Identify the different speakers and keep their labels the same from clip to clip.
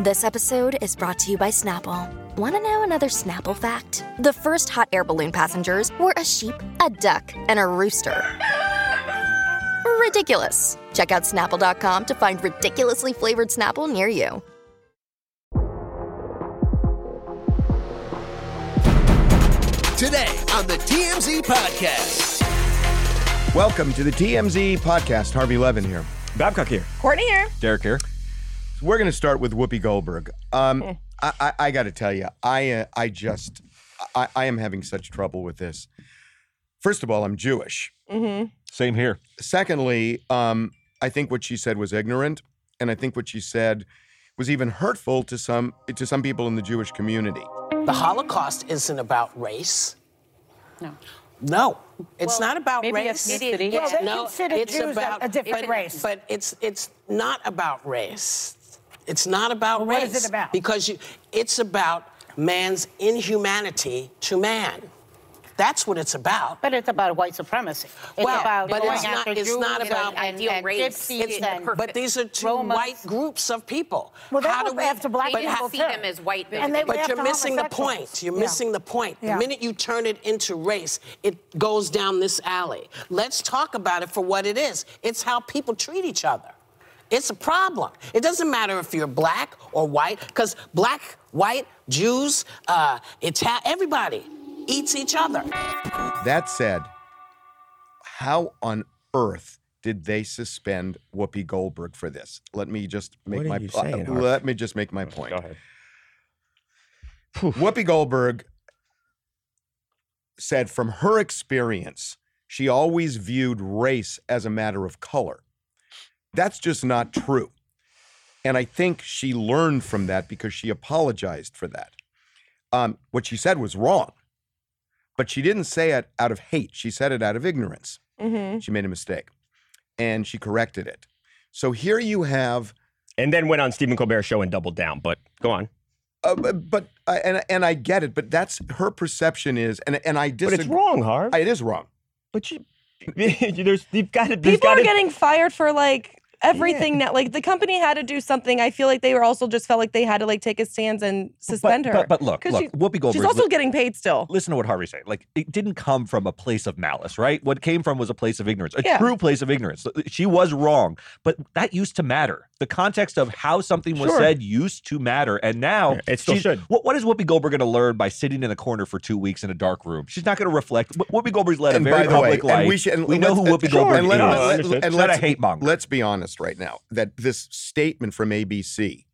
Speaker 1: This episode is brought to you by Snapple. Want to know another Snapple fact? The first hot air balloon passengers were a sheep, a duck, and a rooster. Ridiculous. Check out snapple.com to find ridiculously flavored Snapple near you.
Speaker 2: Today on the TMZ Podcast.
Speaker 3: Welcome to the TMZ podcast. Harvey Levin here.
Speaker 4: Babcock here.
Speaker 5: Courtney here.
Speaker 4: Derek here.
Speaker 3: So we're going to start with Whoopi Goldberg. Um, I, I, I got to tell you, I uh, I just I, I am having such trouble with this. First of all, I'm Jewish.
Speaker 4: Same here.
Speaker 3: Secondly, um, I think what she said was ignorant, and I think what she said was even hurtful to some to some people in the Jewish community.
Speaker 6: The Holocaust isn't about race. No. No, it's not about
Speaker 5: maybe
Speaker 6: race.
Speaker 5: ethnicity.
Speaker 6: It's-
Speaker 5: Well, they
Speaker 6: no,
Speaker 5: consider
Speaker 6: it's
Speaker 5: Jews a-
Speaker 6: about,
Speaker 5: a different
Speaker 6: but-
Speaker 5: race.
Speaker 6: But it's it's not about race. It's not about
Speaker 5: what
Speaker 6: race.
Speaker 5: is it about?
Speaker 6: Because you, it's about man's inhumanity to man. That's what it's about.
Speaker 7: But it's about white supremacy. It's
Speaker 6: Well,
Speaker 7: about
Speaker 6: but
Speaker 7: going
Speaker 6: it's not-
Speaker 7: after
Speaker 6: it's
Speaker 7: Jews
Speaker 6: not about
Speaker 7: and,
Speaker 8: ideal
Speaker 7: and
Speaker 8: race.
Speaker 7: gypsies
Speaker 6: It's-
Speaker 7: and
Speaker 6: but these are two
Speaker 7: Romas.
Speaker 6: white groups of people.
Speaker 5: Well, they
Speaker 6: How do
Speaker 5: look
Speaker 6: we
Speaker 5: after black
Speaker 6: but
Speaker 8: They
Speaker 5: people
Speaker 6: how-
Speaker 8: didn't see
Speaker 5: too.
Speaker 8: them as white.
Speaker 5: And they
Speaker 8: basically.
Speaker 5: went
Speaker 6: But you're
Speaker 5: after
Speaker 6: missing the
Speaker 5: homosexuals.
Speaker 6: point. You're
Speaker 5: Yeah.
Speaker 6: missing the point. The
Speaker 5: Yeah.
Speaker 6: minute you turn it into race, it goes down this alley. Let's talk about it for what it is. It's how people treat each other. It's a problem. It doesn't matter if you're black or white, because black, white, Jews, uh, Italian, everybody eats each other.
Speaker 3: That said, how on earth did they suspend Whoopi Goldberg for this? Let me just make
Speaker 4: What are
Speaker 3: my
Speaker 4: you saying, Harvey?
Speaker 3: let me just make my point.
Speaker 4: ahead.
Speaker 3: Whoopi Goldberg said from her experience, she always viewed race as a matter of color. That's just not true. And I think she learned from that because she apologized for that. Um, what she said was wrong, but she didn't say it out of hate. She said it out of ignorance. She made a mistake and she corrected it. So here you have
Speaker 4: And then went on Stephen Colbert's show and doubled down. But go on.
Speaker 3: Uh, but but I and and I get it, but that's her perception is, and and I
Speaker 4: But
Speaker 3: disagree.
Speaker 4: it's wrong, Harv.
Speaker 3: I- It is wrong.
Speaker 4: but you, there's you've got to.
Speaker 9: people
Speaker 4: gotta,
Speaker 9: are getting fired for like everything now. Like the company had to do something. I feel like they were also just felt like they had to like take a stance and
Speaker 10: but,
Speaker 9: suspend her.
Speaker 10: but, but look,
Speaker 9: 'Cause
Speaker 10: look,
Speaker 9: she-
Speaker 10: Whoopi Goldberg.
Speaker 9: she's also getting paid still.
Speaker 10: listen to what Harvey said. Like, it didn't come from a place of malice, right? What came from was a place of ignorance, a
Speaker 9: Yeah.
Speaker 10: true place of ignorance. She was wrong, but that used to matter. The context of how something was
Speaker 4: Sure.
Speaker 10: said used to matter, and now
Speaker 4: Yeah, it still
Speaker 10: she's-
Speaker 4: should.
Speaker 10: What, what is Whoopi Goldberg going to learn by sitting in the corner for two weeks in a dark room? She's not going to reflect. Wh- Whoopi Goldberg's led
Speaker 3: And
Speaker 10: a very
Speaker 3: by the way,
Speaker 10: public life.
Speaker 3: and we should. And
Speaker 10: know who
Speaker 3: let's-
Speaker 10: Whoopi
Speaker 3: and-
Speaker 10: Goldberg
Speaker 3: and let,
Speaker 4: No, I
Speaker 10: is.
Speaker 4: understand.
Speaker 3: let,
Speaker 10: She's
Speaker 3: and
Speaker 10: not a
Speaker 3: let's,
Speaker 10: hate monger.
Speaker 3: let's be honest right now that this statement from ABC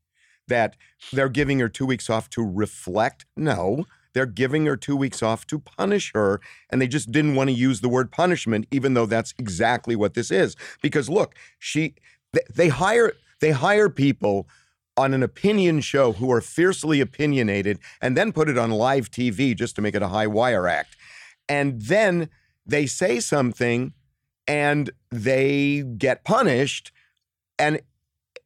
Speaker 3: that they're giving her two weeks off to reflect. No, they're giving her two weeks off to punish her, and they just didn't want to use the word punishment, even though that's exactly what this is. Because look, she they, they hire they hire people on an opinion show who are fiercely opinionated and then put it on live TV just to make it a high wire act. And then they say something and they get punished and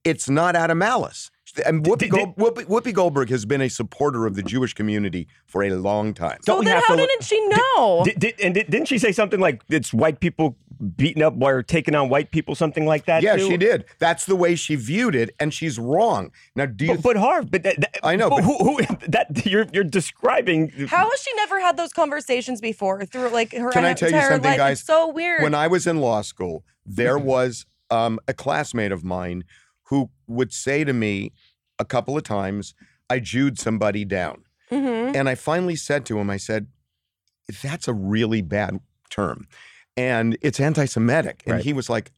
Speaker 3: it's not out of malice. And Whoopi,
Speaker 4: Did-
Speaker 3: Gold, Whoopi, Whoopi Goldberg has been a supporter of the Jewish community for a long time.
Speaker 9: So
Speaker 4: we
Speaker 9: then
Speaker 4: have
Speaker 9: how
Speaker 4: to look-
Speaker 9: didn't she know?
Speaker 4: Did, did, and did, didn't she say something like it's white people beating up or taking on white people, something like that?
Speaker 3: yeah,
Speaker 4: too?
Speaker 3: she did. That's the way she viewed it, and she's wrong. Now, do you?
Speaker 4: But, but Harv, but that, that,
Speaker 3: I know,
Speaker 4: But
Speaker 3: but-
Speaker 4: who, who that you're you're describing?
Speaker 9: how has she never had those conversations before through like her
Speaker 3: Can I
Speaker 9: entire
Speaker 3: tell you something,
Speaker 9: life?
Speaker 3: guys?
Speaker 9: It's so weird. Mm-hmm.
Speaker 3: When I was in law school, there was um, a classmate of mine who would say to me a couple of times, I Jewed somebody down.
Speaker 9: Mhm.
Speaker 3: And I finally said to him, I said, that's a really bad term. And it's anti Semitic. And
Speaker 4: Right.
Speaker 3: he was like,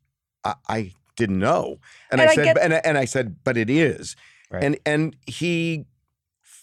Speaker 3: I, I didn't know. And,
Speaker 9: And
Speaker 3: I
Speaker 9: I
Speaker 3: said,
Speaker 9: get-
Speaker 3: and, I- and I said, but it is.
Speaker 4: Right.
Speaker 3: And and he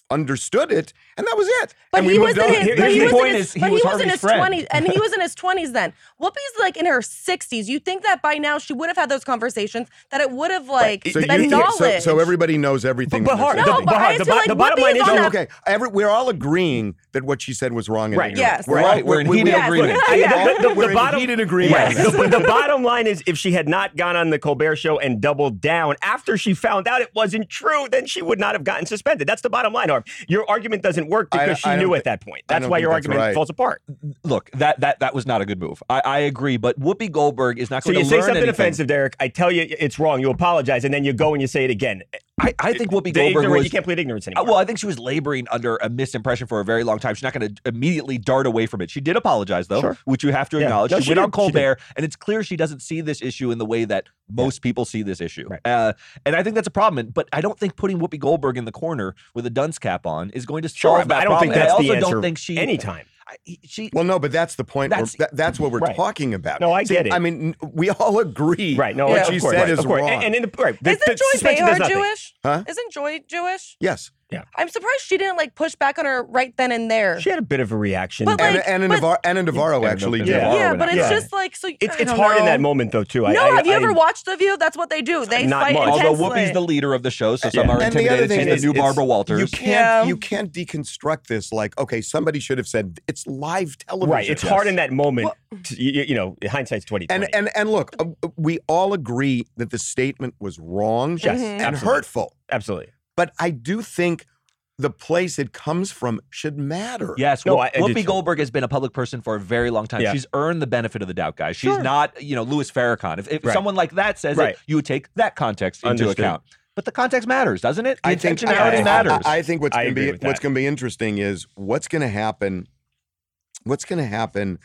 Speaker 3: understood it, and that was it.
Speaker 9: But
Speaker 3: and
Speaker 9: he was
Speaker 3: moved on.
Speaker 9: in his,
Speaker 4: Here-
Speaker 9: but
Speaker 4: here's
Speaker 9: he
Speaker 4: the
Speaker 9: was
Speaker 4: point
Speaker 9: in his,
Speaker 10: is he
Speaker 9: but
Speaker 10: was
Speaker 9: he was in
Speaker 10: Harvey's
Speaker 9: his
Speaker 10: friend.
Speaker 9: twenties, and he was in his twenties then. Whoopi's like in her sixties. You think that by now she would have had those conversations? That it would have like
Speaker 3: So,
Speaker 9: that
Speaker 3: you think,
Speaker 9: knowledge.
Speaker 3: so, so everybody knows everything.
Speaker 4: But
Speaker 3: when they're saying
Speaker 4: Harv, the,
Speaker 9: No,
Speaker 3: it.
Speaker 9: but I
Speaker 4: Harv, the,
Speaker 9: feel
Speaker 4: bo-
Speaker 9: like
Speaker 4: the bottom
Speaker 9: Whoopi
Speaker 4: line
Speaker 9: is
Speaker 4: is
Speaker 9: on
Speaker 3: No,
Speaker 9: that-
Speaker 3: Oh, okay. Every, we're all agreeing that what she said was wrong. And
Speaker 4: Right.
Speaker 3: ignorant.
Speaker 9: Yes.
Speaker 3: We're
Speaker 9: Right.
Speaker 3: all
Speaker 10: We're in heated
Speaker 3: all-
Speaker 10: agreement.
Speaker 3: we're
Speaker 4: I-
Speaker 3: all-
Speaker 4: the- the-
Speaker 3: we're
Speaker 4: the
Speaker 3: in
Speaker 4: bottom-
Speaker 3: heated agreement.
Speaker 4: Yes. the, the bottom line is if she had not gone on the Colbert show and doubled down after she found out it wasn't true, then she would not have gotten suspended. That's the bottom line, Harv. Your argument doesn't work
Speaker 3: I-
Speaker 4: because she
Speaker 3: I don't
Speaker 4: knew
Speaker 3: thi-
Speaker 4: at that point.
Speaker 3: I
Speaker 4: That's
Speaker 3: don't
Speaker 4: why
Speaker 3: think
Speaker 4: your
Speaker 3: that's
Speaker 4: argument
Speaker 3: right.
Speaker 4: falls apart.
Speaker 10: look, that that that was not a good move. I, I agree, but Whoopi Goldberg is not
Speaker 4: So
Speaker 10: going
Speaker 4: you
Speaker 10: to
Speaker 4: say
Speaker 10: learn
Speaker 4: something
Speaker 10: anything.
Speaker 4: offensive, Derek. I tell you it's wrong. You apologize, and then you go and you say it again.
Speaker 10: I, I think Whoopi
Speaker 4: The
Speaker 10: Goldberg
Speaker 4: ignorant-
Speaker 10: was.
Speaker 4: you can't plead ignorance
Speaker 10: Uh,
Speaker 4: anymore.
Speaker 10: Well, I think she was laboring under a misimpression for a very long time. She's not going to immediately dart away from it. She did apologize, though,
Speaker 4: Sure.
Speaker 10: which you have to
Speaker 4: Yeah.
Speaker 10: acknowledge.
Speaker 4: No,
Speaker 10: she,
Speaker 4: she
Speaker 10: went
Speaker 4: did.
Speaker 10: on
Speaker 4: She did.
Speaker 10: Colbert, and it's clear she doesn't see this issue in the way that most people see this issue.
Speaker 4: Right.
Speaker 10: Uh, and I think that's a problem. And- But I don't think putting Whoopi Goldberg in the corner with a dunce cap on is going to solve
Speaker 4: sure,
Speaker 10: that
Speaker 4: but I don't
Speaker 10: problem.
Speaker 4: think that's
Speaker 10: and I
Speaker 4: the
Speaker 10: also
Speaker 4: answer
Speaker 10: don't think she
Speaker 4: anytime.
Speaker 10: I- she
Speaker 3: Well, no, but that's the point. That's,
Speaker 10: That's-
Speaker 3: that, that's what we're
Speaker 4: Right.
Speaker 3: talking about.
Speaker 4: No, I
Speaker 3: See,
Speaker 4: get it.
Speaker 3: I mean, n- we all agree.
Speaker 4: Right. No,
Speaker 3: what
Speaker 4: of
Speaker 3: she
Speaker 4: course,
Speaker 3: said
Speaker 4: right,
Speaker 3: is
Speaker 4: of course.
Speaker 3: wrong.
Speaker 4: And, and in the, right. the-
Speaker 9: Isn't
Speaker 4: the
Speaker 9: Joy
Speaker 4: suspension does
Speaker 9: Behar
Speaker 4: nothing.
Speaker 9: Jewish?
Speaker 3: Huh?
Speaker 9: Isn't Joy Jewish?
Speaker 3: yes,
Speaker 9: I'm surprised she didn't like push back on her right then and there.
Speaker 4: She had a bit of a reaction.
Speaker 9: But,
Speaker 3: and
Speaker 4: and
Speaker 9: like-
Speaker 3: Anna, Navar- Anna Navarro actually did.
Speaker 10: Yeah.
Speaker 3: it.
Speaker 9: yeah,
Speaker 10: Navarro
Speaker 9: but
Speaker 10: went
Speaker 9: it's
Speaker 4: out.
Speaker 9: just like so.
Speaker 4: it's
Speaker 9: I
Speaker 4: it's
Speaker 9: don't
Speaker 4: hard in
Speaker 9: know.
Speaker 4: that moment though too. I-
Speaker 9: no,
Speaker 4: I,
Speaker 9: have you
Speaker 4: I-
Speaker 9: ever watched The View? That's what they do. They
Speaker 4: Not
Speaker 9: fight
Speaker 4: much.
Speaker 10: Although
Speaker 9: intensely.
Speaker 10: Whoopi's the leader of the show, so some
Speaker 4: Yeah.
Speaker 10: are
Speaker 3: And the other
Speaker 10: intimidated.
Speaker 3: thing
Speaker 10: She's
Speaker 3: is,
Speaker 10: the new
Speaker 3: it's-
Speaker 10: Barbara Walters.
Speaker 3: You can't
Speaker 9: Yeah.
Speaker 3: you can't deconstruct this like okay somebody should have said it's live television.
Speaker 4: Right. It's hard in that moment. to- you, you know, hindsight's twenty.
Speaker 3: And and and look, uh, we all agree that the statement was wrong
Speaker 4: Yes,
Speaker 3: and
Speaker 4: absolutely.
Speaker 3: hurtful.
Speaker 4: absolutely.
Speaker 3: But I do think the place it comes from should matter.
Speaker 10: Yes,
Speaker 4: No,
Speaker 10: Whoop-
Speaker 4: I- I do
Speaker 10: Whoopi
Speaker 4: too.
Speaker 10: Goldberg has been a public person for a very long time.
Speaker 4: Yeah.
Speaker 10: She's earned the benefit of the doubt, guys. She's
Speaker 4: Sure.
Speaker 10: not, you know, Louis Farrakhan. If, if
Speaker 4: Right.
Speaker 10: someone like that says
Speaker 4: Right.
Speaker 10: it, you would take that context into
Speaker 4: Understood.
Speaker 10: account. But the context matters, doesn't it? The
Speaker 3: I think
Speaker 10: intentionality
Speaker 3: I, I-
Speaker 10: matters.
Speaker 3: I, I think what's
Speaker 4: I
Speaker 3: going to
Speaker 4: agree
Speaker 3: be
Speaker 4: with
Speaker 3: what's
Speaker 4: that.
Speaker 3: going to be interesting is what's going to happen. What's going to happen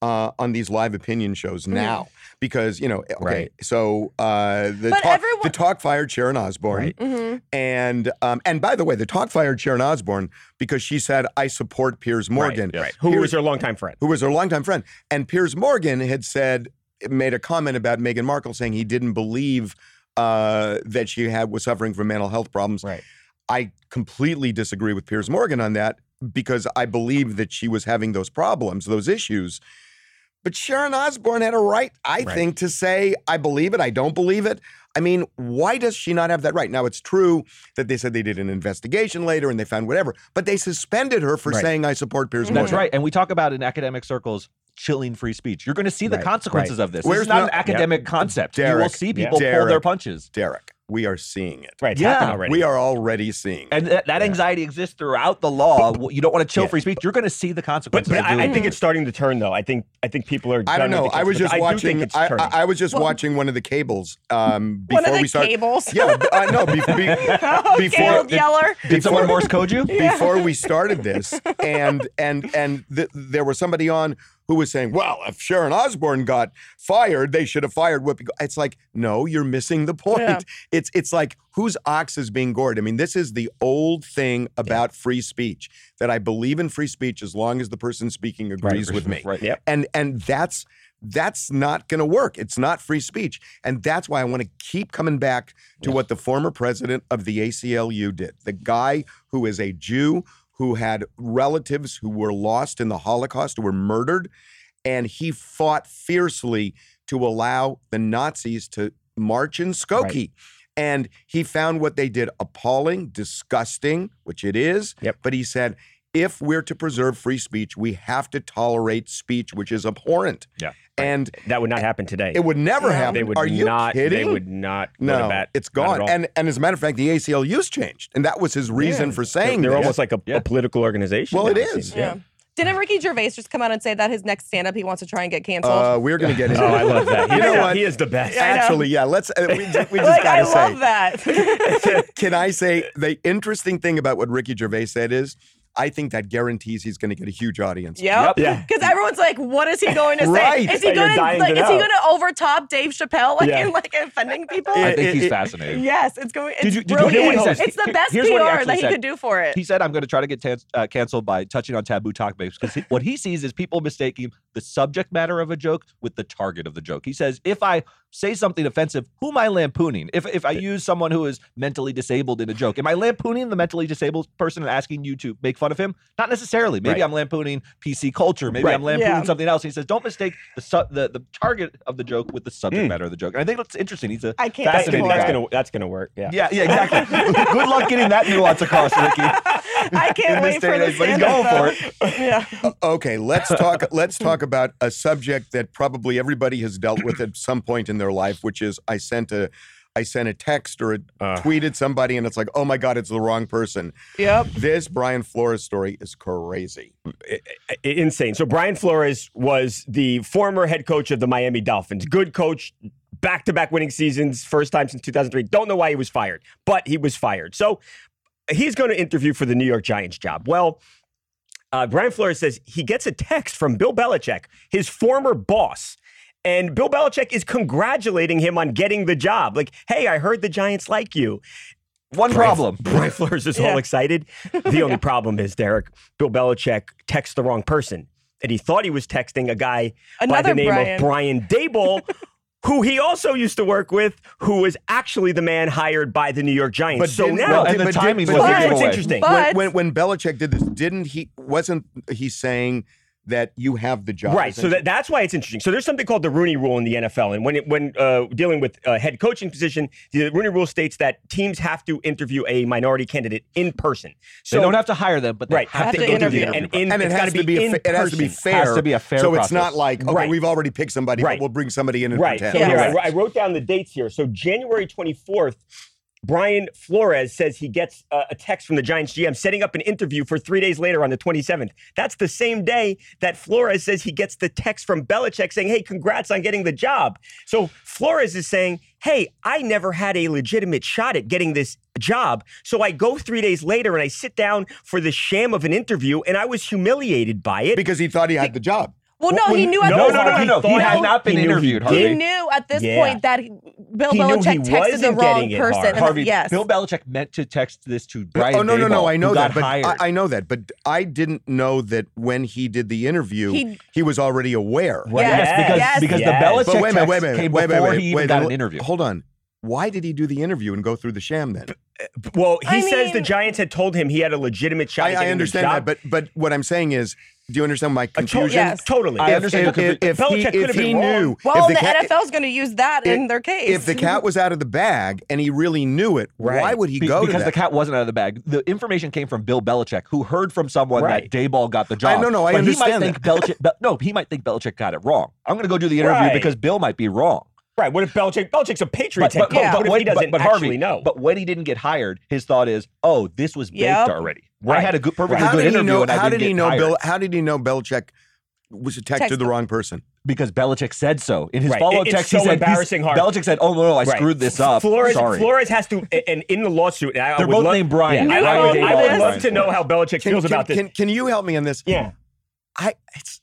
Speaker 3: uh, on these live opinion shows now? Because you know, eh, okay,
Speaker 4: Hmm. Right.
Speaker 3: so uh, the
Speaker 9: But
Speaker 3: talk,
Speaker 9: everyone-
Speaker 3: the talk fired Sharon Osbourne,
Speaker 9: Mm-hmm.
Speaker 3: and um, and by the way, the talk fired Sharon Osbourne because she said, "I support Piers Morgan."
Speaker 4: Right. Who was her longtime friend?
Speaker 3: who was her longtime friend. And Piers Morgan had said, made a comment about Meghan Markle saying he didn't believe uh, that she had was suffering from mental health problems.
Speaker 4: Right.
Speaker 3: I completely disagree with Piers Morgan on that because I believe that she was having those problems, those issues. But Sharon Osbourne had a right, I
Speaker 4: Right.
Speaker 3: think, to say, I believe it, I don't believe it. I mean, why does she not have that right? Now, it's true that they said they did an investigation later and they found whatever, but they suspended her for
Speaker 4: Right.
Speaker 3: saying, I support Piers Morgan.
Speaker 10: That's right. And we talk about in academic circles chilling free speech. You're going to see the
Speaker 4: Right,
Speaker 10: consequences of this.
Speaker 3: Where's
Speaker 10: this is not
Speaker 3: no-
Speaker 10: an academic concept. you will
Speaker 3: Derek,
Speaker 10: see
Speaker 3: yeah.
Speaker 10: people pull their
Speaker 3: Derek.
Speaker 10: punches.
Speaker 3: Derek, we are seeing it.
Speaker 4: Right. It's
Speaker 10: Yeah.
Speaker 4: happened already.
Speaker 3: We are already seeing.
Speaker 10: And that, that anxiety exists throughout the law. You don't want to chill free speech. You're going to see the
Speaker 4: But,
Speaker 10: consequences.
Speaker 4: but
Speaker 10: of doing
Speaker 4: I, I
Speaker 10: it.
Speaker 4: think it's starting to turn though. I think I think people are.
Speaker 3: I don't
Speaker 4: done
Speaker 3: know.
Speaker 4: with the
Speaker 3: I was
Speaker 4: kids,
Speaker 3: just
Speaker 4: but I do
Speaker 3: watching.
Speaker 4: think it's
Speaker 3: I,
Speaker 4: turning.
Speaker 3: I, I was just watching one of the cables um, before
Speaker 9: One of the
Speaker 3: we start.
Speaker 9: cables.
Speaker 3: Yeah, b- I know. Be, be,
Speaker 9: Oh,
Speaker 3: before
Speaker 9: Gerald Yeller.
Speaker 10: Did someone Morse code you?
Speaker 3: before we started this, and and and th- there was somebody on who was saying, "Well, if Sharon Osbourne got fired, they should have fired Whoopi." Go-" It's like, no, you're missing the point.
Speaker 9: Yeah.
Speaker 3: It's it's like whose ox is being gored. I mean, this is the old thing about free speech that I believe in free speech as long as the person speaking agrees with me.
Speaker 10: Right.
Speaker 4: Yep.
Speaker 3: and and that's that's not going to work it's not free speech and that's why i want to keep coming back to what the former president of the aclu did the guy who is a jew who had relatives who were lost in the holocaust who were murdered and he fought fiercely to allow the nazis to march in skokie and he found what they did appalling disgusting which it is
Speaker 4: Yep.
Speaker 3: but he said if we're to preserve free speech, we have to tolerate speech which is abhorrent.
Speaker 10: Yeah.
Speaker 3: And
Speaker 4: that would not happen today.
Speaker 3: it would never happen.
Speaker 4: They would
Speaker 3: Are you
Speaker 4: not.
Speaker 3: kidding?
Speaker 4: They would not. go to
Speaker 3: no,
Speaker 4: bat.
Speaker 3: it's
Speaker 4: Not at
Speaker 3: gone.
Speaker 4: all.
Speaker 3: And and as a matter of fact, the ACLU's changed, and that was his reason for saying
Speaker 4: they're
Speaker 3: this.
Speaker 4: almost like a, a political organization.
Speaker 3: Well, it
Speaker 4: now,
Speaker 3: is.
Speaker 4: seems.
Speaker 9: Yeah. Didn't Ricky Gervais just come out and say that his next stand-up he wants to try and get canceled?
Speaker 3: uh, we're going to get into.
Speaker 4: Oh, I love that.
Speaker 3: You
Speaker 4: He-
Speaker 3: know what?
Speaker 4: He is the best.
Speaker 3: Actually, yeah. Let's. Uh, we, ju- we just
Speaker 9: like
Speaker 3: got
Speaker 9: I
Speaker 3: to say.
Speaker 9: love that.
Speaker 3: Can I say the interesting thing about what Ricky Gervais said is, I think that guarantees he's going to get a huge audience.
Speaker 9: yep.
Speaker 4: Yeah.
Speaker 9: Because everyone's like, what is he going to say?
Speaker 3: Right.
Speaker 9: Is he
Speaker 4: Like, you're
Speaker 9: going to
Speaker 4: dying
Speaker 9: like?
Speaker 4: to
Speaker 9: Is he
Speaker 4: know.
Speaker 9: going to overtop Dave Chappelle like
Speaker 4: Yeah.
Speaker 9: in like offending people?
Speaker 10: I think
Speaker 3: It-
Speaker 10: he's
Speaker 3: it-
Speaker 10: fascinating.
Speaker 9: yes, it's going. It's
Speaker 10: Did you- did you hear
Speaker 9: brilliant.
Speaker 10: what he said?
Speaker 9: It's the best
Speaker 10: Here's what he
Speaker 9: PR
Speaker 10: actually
Speaker 9: that he
Speaker 10: said.
Speaker 9: could do for it.
Speaker 10: He said, "I'm going to try to get tan- uh, canceled by touching on taboo topics because what he sees is people mistaking the subject matter of a joke with the target of the joke." He says, "If I say something offensive, who am I lampooning? If if I use someone who is mentally disabled in a joke, am I lampooning the mentally disabled person and asking you to make fun of him? Not necessarily. Maybe
Speaker 4: Right.
Speaker 10: I'm lampooning PC culture. Maybe
Speaker 4: Right.
Speaker 10: I'm lampooning
Speaker 9: Yeah.
Speaker 10: something else." He says, "Don't mistake the su- the the target of the joke with the subject
Speaker 4: Mm.
Speaker 10: matter of the joke." And I think that's interesting. He's a
Speaker 9: I can't
Speaker 4: That's,
Speaker 9: wait
Speaker 4: gonna,
Speaker 10: fascinating
Speaker 9: for
Speaker 4: that's
Speaker 9: it.
Speaker 4: gonna that's gonna work. Yeah.
Speaker 10: yeah, yeah, exactly. Good luck getting that nuance across, Ricky.
Speaker 9: I can't
Speaker 10: in this
Speaker 9: wait
Speaker 10: day
Speaker 9: for
Speaker 10: and
Speaker 9: the
Speaker 10: age, but he's
Speaker 9: stand-up,
Speaker 10: going
Speaker 9: though. Yeah.
Speaker 3: Okay, let's talk. let's talk about a subject that probably everybody has dealt with at some point in their life, which is I sent a, I sent a text or a,
Speaker 4: Uh.
Speaker 3: tweeted somebody, and it's like, oh my god, it's the wrong person.
Speaker 9: Yep.
Speaker 3: This Brian Flores story is crazy.
Speaker 4: I- I- insane. So Brian Flores was the former head coach of the Miami Dolphins. Good coach, back to back winning seasons, first time since 2003. Don't know why he was fired, but he was fired. So he's going to interview for the New York Giants job. Well, uh, Brian Flores says he gets a text from Bill Belichick, his former boss. And Bill Belichick is congratulating him on getting the job. Like, hey, I heard the Giants like you.
Speaker 10: One
Speaker 4: Brian-
Speaker 10: problem.
Speaker 4: Brian Flores is all excited. The only problem is, Derek, Bill Belichick texts the wrong person. And he thought he was texting a guy by
Speaker 9: Another
Speaker 4: the name of
Speaker 9: Brian.
Speaker 4: Brian Dable, who he also used to work with, who was actually the man hired by the New York Giants.
Speaker 3: But
Speaker 4: so
Speaker 3: didn't-
Speaker 4: now,
Speaker 3: well,
Speaker 10: and the
Speaker 3: but did-
Speaker 10: timing
Speaker 3: but
Speaker 10: was
Speaker 9: did-
Speaker 10: a
Speaker 4: here's what's
Speaker 10: giveaway.
Speaker 4: interesting.
Speaker 9: But-
Speaker 3: when, when when Belichick did this, didn't he? Wasn't he saying that you have the job?
Speaker 4: Right, so that, that's why it's interesting. So there's something called the Rooney Rule in the NFL, and when it, when uh, dealing with uh, head coaching position, the Rooney Rule states that teams have to interview a minority candidate in person. So
Speaker 10: they don't have to hire them, but they
Speaker 4: right,
Speaker 10: have,
Speaker 9: have
Speaker 10: to,
Speaker 9: to
Speaker 10: interview,
Speaker 9: interview
Speaker 10: them.
Speaker 9: them.
Speaker 4: and in,
Speaker 3: and it
Speaker 4: it's
Speaker 3: has
Speaker 4: gotta
Speaker 3: to be, a
Speaker 4: in
Speaker 3: fa- it has to be
Speaker 4: person.
Speaker 3: fair.
Speaker 10: Has to be a fair
Speaker 3: So it's
Speaker 10: process.
Speaker 3: not like okay,
Speaker 4: Right.
Speaker 3: we've already picked somebody,
Speaker 4: Right.
Speaker 3: but we'll bring somebody in and
Speaker 4: Right. So
Speaker 3: pretend.
Speaker 4: here, I,
Speaker 9: Correct.
Speaker 4: I wrote down the dates here. So January 24th, Brian Flores says he gets uh, a text from the Giants GM setting up an interview for three days later on the 27th. That's the same day that Flores says he gets the text from Belichick saying, hey, congrats on getting the job. So Flores is saying, hey, I never had a legitimate shot at getting this job. So I go three days later and I sit down for the sham of an interview and I was humiliated by it.
Speaker 3: because he thought he had the job.
Speaker 9: Well, Oh, no, he knew at
Speaker 10: no,
Speaker 9: this
Speaker 10: no, no,
Speaker 9: point.
Speaker 10: no, no. He,
Speaker 4: thought-
Speaker 10: had not been
Speaker 4: he knew he
Speaker 10: interviewed,
Speaker 4: did.
Speaker 10: Harvey.
Speaker 9: He knew at this
Speaker 4: Yeah.
Speaker 9: point that he- Bill
Speaker 4: He knew he
Speaker 9: Belichick texted the
Speaker 4: wasn't
Speaker 9: wrong
Speaker 4: getting it,
Speaker 9: person. And-
Speaker 10: Harvey,
Speaker 9: yes.
Speaker 10: Bill Belichick meant to text this to Brian.
Speaker 3: oh no, no, no!
Speaker 10: Daboll,
Speaker 3: I know
Speaker 10: who
Speaker 3: that,
Speaker 10: got
Speaker 3: but
Speaker 10: hired.
Speaker 3: I, I know that, but I didn't know that when he did the interview, he,
Speaker 9: He-
Speaker 3: was already aware.
Speaker 10: Right, yes,
Speaker 4: Yes,
Speaker 10: because
Speaker 9: yes,
Speaker 10: because
Speaker 4: yes.
Speaker 10: the Belichick
Speaker 3: But wait a minute, wait a
Speaker 10: text
Speaker 3: minute,
Speaker 10: came
Speaker 3: wait a minute,
Speaker 10: before
Speaker 3: wait,
Speaker 10: he even
Speaker 3: wait,
Speaker 10: got
Speaker 3: l-
Speaker 10: an interview.
Speaker 3: Hold on. Why did he do the interview and go through the sham then?
Speaker 4: Well, he
Speaker 9: I
Speaker 4: says the
Speaker 9: mean-
Speaker 4: Giants had told him he had a legitimate
Speaker 3: I,
Speaker 4: shot. at
Speaker 3: I
Speaker 4: getting the
Speaker 3: understand
Speaker 4: job.
Speaker 3: that, but but what I'm saying is, do you understand my
Speaker 4: A to-
Speaker 3: confusion?
Speaker 9: Yes.
Speaker 4: totally.
Speaker 10: I understand
Speaker 3: If,
Speaker 10: the
Speaker 3: if, if,
Speaker 4: confusion.
Speaker 3: he,
Speaker 4: Belichick could
Speaker 3: if
Speaker 4: have
Speaker 3: he
Speaker 4: been wrong.
Speaker 3: knew,
Speaker 9: well,
Speaker 3: if
Speaker 9: the,
Speaker 3: cat-
Speaker 9: NFL's going to use that in
Speaker 3: if-
Speaker 9: their case.
Speaker 3: If the cat was out of the bag and he really knew it, why
Speaker 4: Right.
Speaker 3: would he
Speaker 10: Be-
Speaker 3: go
Speaker 10: because
Speaker 3: to
Speaker 10: the
Speaker 3: that?
Speaker 10: cat wasn't out of the bag. The information came from Bill Belichick, who heard from someone
Speaker 4: Right.
Speaker 10: that Dayball got the job.
Speaker 3: no, no, I
Speaker 10: but
Speaker 3: understand
Speaker 10: he might think Belichick. Be- no, he might think Belichick got it wrong. I'm going to go do the interview
Speaker 4: Right.
Speaker 10: because Bill might be wrong.
Speaker 4: right. What if Belichick? Belichick's a Patriots head
Speaker 10: but,
Speaker 4: coach.
Speaker 9: Yeah.
Speaker 4: What if
Speaker 10: when-
Speaker 4: he doesn't
Speaker 10: but
Speaker 4: actually
Speaker 10: Harvey,
Speaker 4: know?
Speaker 10: But when he didn't get hired, his thought is, "Oh, this was baked
Speaker 9: Yep.
Speaker 10: already. I
Speaker 4: Right.
Speaker 10: had a good, perfectly
Speaker 3: how
Speaker 10: good
Speaker 3: did he
Speaker 10: interview,
Speaker 3: know?
Speaker 10: and I
Speaker 3: How
Speaker 10: didn't
Speaker 3: did he
Speaker 10: get
Speaker 3: know?
Speaker 10: hired
Speaker 3: Bill, how did he know Belichick was a text to
Speaker 9: Text-
Speaker 3: the wrong person?
Speaker 10: because Belichick said so in his
Speaker 4: Right.
Speaker 10: follow-up
Speaker 4: It- it's
Speaker 10: text."
Speaker 4: so
Speaker 10: he said, he's-
Speaker 4: embarrassing, Harvey.
Speaker 10: Belichick said, "Oh no, no, I
Speaker 4: Right.
Speaker 10: screwed this up.
Speaker 4: Flores,
Speaker 10: Sorry."
Speaker 4: Flores has to, and in the lawsuit, and I, I
Speaker 10: They're
Speaker 4: would
Speaker 10: both
Speaker 4: love-
Speaker 10: named Brian.
Speaker 4: Yeah,
Speaker 9: You
Speaker 4: I, would,
Speaker 9: know
Speaker 4: I would
Speaker 9: this?
Speaker 4: love to know how Belichick
Speaker 3: Can,
Speaker 4: feels
Speaker 3: can-
Speaker 4: about this.
Speaker 3: Can, can you help me on this?
Speaker 4: yeah,
Speaker 3: I it's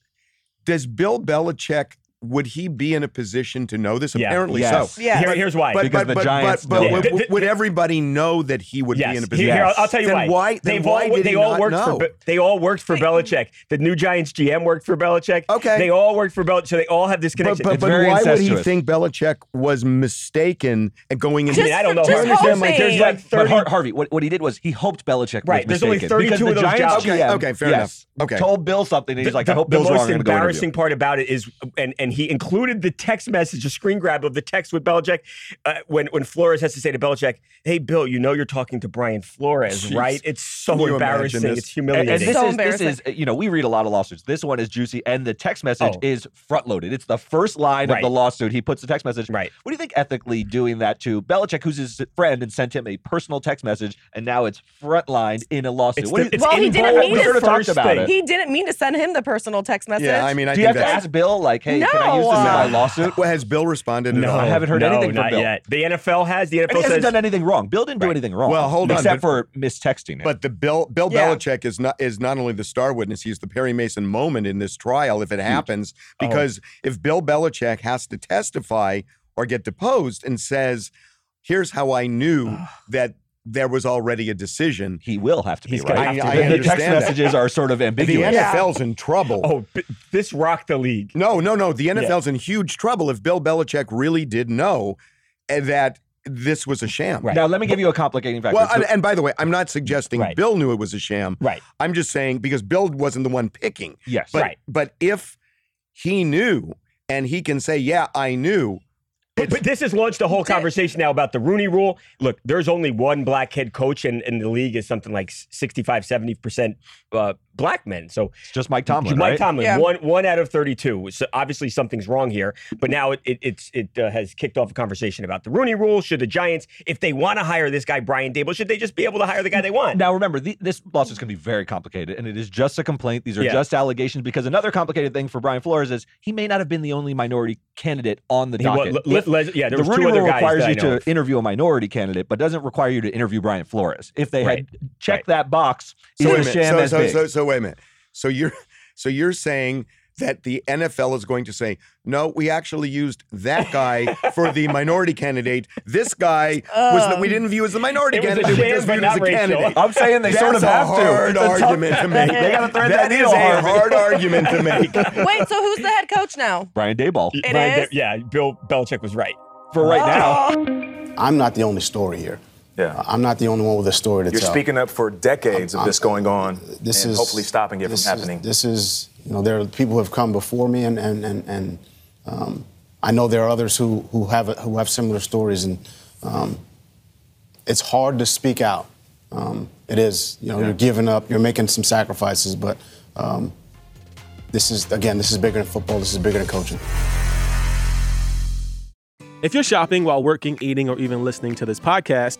Speaker 3: does Bill Belichick would he be in a position to know this?
Speaker 4: Yeah.
Speaker 3: Apparently
Speaker 10: Yes.
Speaker 3: so.
Speaker 9: Yeah.
Speaker 4: Here- here's why.
Speaker 3: But,
Speaker 10: Because
Speaker 3: but,
Speaker 10: the
Speaker 3: but,
Speaker 10: Giants
Speaker 3: but, but
Speaker 4: know
Speaker 3: would,
Speaker 4: that.
Speaker 3: would- would everybody know that he would be in a
Speaker 4: yes.
Speaker 3: position?
Speaker 4: Here, here, I'll, I'll tell you
Speaker 3: then
Speaker 4: why.
Speaker 3: Why? Then
Speaker 4: They've
Speaker 3: why
Speaker 4: all,
Speaker 3: did
Speaker 4: they
Speaker 3: he
Speaker 4: all
Speaker 3: not
Speaker 4: worked
Speaker 3: know?
Speaker 4: for Be- they all worked for Belichick. The new Giants GM worked for Belichick.
Speaker 3: Okay.
Speaker 4: they all worked for Belichick, so they all have this
Speaker 3: But,
Speaker 4: connection.
Speaker 3: but,
Speaker 10: It's
Speaker 3: but
Speaker 10: very
Speaker 3: why would he
Speaker 10: incestuous.
Speaker 3: think Belichick was mistaken at going into
Speaker 4: I mean, I don't know.
Speaker 9: Just-
Speaker 4: Harvey.
Speaker 9: just
Speaker 4: There's like- there's
Speaker 9: hoping.
Speaker 4: like
Speaker 10: But
Speaker 4: 30
Speaker 10: Har- Harvey, what, what he did was he hoped Belichick
Speaker 4: Right,
Speaker 10: was
Speaker 4: there's only
Speaker 10: mistaken.
Speaker 4: 32
Speaker 10: because
Speaker 4: of
Speaker 10: the
Speaker 4: those
Speaker 10: Giants
Speaker 4: jobs.
Speaker 3: Okay,
Speaker 10: GM,
Speaker 3: okay, fair
Speaker 10: yes,
Speaker 3: enough. Okay.
Speaker 10: told Bill something, and he's like, "I hope Bill's
Speaker 4: the
Speaker 10: wrong."
Speaker 4: most
Speaker 10: I'm gonna go interview.
Speaker 4: embarrassing part about it is, and and he included the text message, a screen grab of the text with Belichick, uh, when when Flores has to say to Belichick, "Hey, Bill, you know you're talking to Brian Flores,
Speaker 3: Jeez.
Speaker 4: right? It's
Speaker 3: Can
Speaker 4: so
Speaker 3: you imagine
Speaker 4: embarrassing.
Speaker 3: this?
Speaker 4: It's
Speaker 10: And,
Speaker 4: humiliating."
Speaker 10: and this
Speaker 9: So
Speaker 10: is this is
Speaker 9: embarrassing.
Speaker 10: you know we read a lot of lawsuits. This one is juicy, and the text message
Speaker 4: Oh.
Speaker 10: is front loaded. It's the first line
Speaker 4: Right.
Speaker 10: of the lawsuit. He puts the text message.
Speaker 4: Right.
Speaker 10: What do you think ethically doing that to Belichick, who's his friend, and sent him a personal text message, and now it's front lined in a lawsuit.
Speaker 4: It's the-
Speaker 10: what do you,
Speaker 4: it's
Speaker 9: Well, he
Speaker 4: in
Speaker 9: didn't
Speaker 4: bold.
Speaker 9: mean
Speaker 4: We
Speaker 9: it.
Speaker 4: should've talked
Speaker 10: First
Speaker 4: about
Speaker 10: thing.
Speaker 4: it.
Speaker 9: he didn't mean to send him the personal text message.
Speaker 3: Yeah, I mean, I
Speaker 10: do you
Speaker 3: think
Speaker 10: have to
Speaker 3: that's.
Speaker 10: ask Bill like, "Hey, can I use this in my
Speaker 9: No.
Speaker 10: lawsuit?"
Speaker 3: Well, has Bill responded at
Speaker 4: no,
Speaker 3: all?
Speaker 10: I haven't heard
Speaker 4: no,
Speaker 10: anything from
Speaker 4: not
Speaker 10: Bill.
Speaker 4: yet. The NFL has the NFL
Speaker 10: And he hasn't
Speaker 4: says
Speaker 10: done anything wrong. Bill didn't do anything wrong.
Speaker 3: Well, hold on,
Speaker 10: except
Speaker 3: but-
Speaker 10: for mistexting him.
Speaker 3: But the Bill Bill
Speaker 9: Yeah.
Speaker 3: Belichick is not is not only the star witness, he's the Perry Mason moment in this trial if it happens.
Speaker 4: Oh.
Speaker 3: Because if Bill Belichick has to testify or get deposed and says, "Here's how I knew that there was already a decision,"
Speaker 10: he will have to be
Speaker 4: He's
Speaker 10: right.
Speaker 4: gonna have to
Speaker 3: I- I
Speaker 10: the text
Speaker 3: understand that.
Speaker 10: messages are sort of
Speaker 3: the
Speaker 10: ambiguous.
Speaker 3: NFL's in trouble.
Speaker 4: "Oh, b- this rocked the league."
Speaker 3: No, no, no. The NFL's in huge trouble if Bill Belichick really did know eh, that this was a sham.
Speaker 4: Right.
Speaker 10: Now let me give you a complicating factor.
Speaker 3: Well,
Speaker 10: So-
Speaker 3: and, and by the way, I'm not suggesting
Speaker 4: Right.
Speaker 3: Bill knew it was a sham.
Speaker 4: Right.
Speaker 3: I'm just saying because Bill wasn't the one picking.
Speaker 10: yes,
Speaker 3: But
Speaker 4: Right.
Speaker 3: but if he knew and he can say, "Yeah, I knew,"
Speaker 4: But, but this has launched a whole conversation now about the Rooney Rule. Look, there's only one black head coach, and, and the league is something like 65, 70 percent uh, black men. So
Speaker 10: It's just Mike Tomlin,
Speaker 4: Mike
Speaker 10: right?
Speaker 4: Tomlin,
Speaker 9: Yeah.
Speaker 4: one one out of thirty-two. So obviously something's wrong here. But now it it it's, it uh, has kicked off a conversation about the Rooney Rule. Should the Giants, if they want to hire this guy Brian Dable, should they just be able to hire the guy they want?
Speaker 10: Now remember, the, this lawsuit's going to be very complicated, and it is just a complaint. These are
Speaker 4: Yeah.
Speaker 10: just allegations. Because another complicated thing for Brian Flores is he may not have been the only minority candidate on the
Speaker 4: He wa-
Speaker 10: docket.
Speaker 4: Le- Le-
Speaker 10: If-
Speaker 4: Les- yeah, there
Speaker 10: the
Speaker 4: was two
Speaker 10: Rooney
Speaker 4: other
Speaker 10: Rule
Speaker 4: guys
Speaker 10: requires
Speaker 4: that I
Speaker 10: you
Speaker 4: know
Speaker 10: to
Speaker 4: of.
Speaker 10: interview a minority candidate, but doesn't require you to interview Brian Flores. If they
Speaker 4: Right.
Speaker 10: had checked
Speaker 4: Right.
Speaker 10: that box,
Speaker 3: So
Speaker 10: so
Speaker 3: wait a
Speaker 10: is
Speaker 3: minute.
Speaker 10: sham
Speaker 3: So,
Speaker 10: as
Speaker 3: so,
Speaker 10: big?
Speaker 3: so, so wait a minute. So you're so you're saying that the NFL is going to say, no, we actually used that guy for the minority candidate. This guy was
Speaker 10: Um,
Speaker 3: we didn't view as the minority
Speaker 4: It was a
Speaker 3: candidate. we
Speaker 4: sham,
Speaker 3: just
Speaker 4: but
Speaker 3: viewed
Speaker 4: not
Speaker 3: as a
Speaker 4: racial.
Speaker 3: candidate.
Speaker 10: I'm saying they
Speaker 3: That's
Speaker 10: sort of
Speaker 3: a
Speaker 10: have
Speaker 3: hard
Speaker 10: to. It's a tough-
Speaker 3: argument to make.
Speaker 10: They gotta thread that
Speaker 3: that is
Speaker 10: needle,
Speaker 3: a
Speaker 10: Harvey.
Speaker 3: hard argument to make.
Speaker 9: Wait, so who's the head coach now?
Speaker 10: Brian Dayball.
Speaker 9: It
Speaker 4: Brian Da-
Speaker 9: is?
Speaker 4: yeah, Bill Belichick was right.
Speaker 10: For
Speaker 4: Oh.
Speaker 10: right now,
Speaker 5: I'm not the only story here.
Speaker 8: Yeah.
Speaker 5: I'm not the only one with a story to
Speaker 8: You're
Speaker 5: tell.
Speaker 8: speaking up for decades of
Speaker 5: I'm-
Speaker 8: this going on
Speaker 5: this
Speaker 8: and
Speaker 5: is
Speaker 8: hopefully stopping it from
Speaker 5: this is-
Speaker 8: happening.
Speaker 5: This is, you know, there are people who have come before me, and and and, and um, I know there are others who who have who have similar stories, and um, it's hard to speak out. Um, it is, you know, you're giving up, you're making some sacrifices, but
Speaker 11: Uh,
Speaker 5: um, this is again, this is bigger than football. This is bigger than coaching.
Speaker 11: If you're shopping while working, eating, or even listening to this podcast,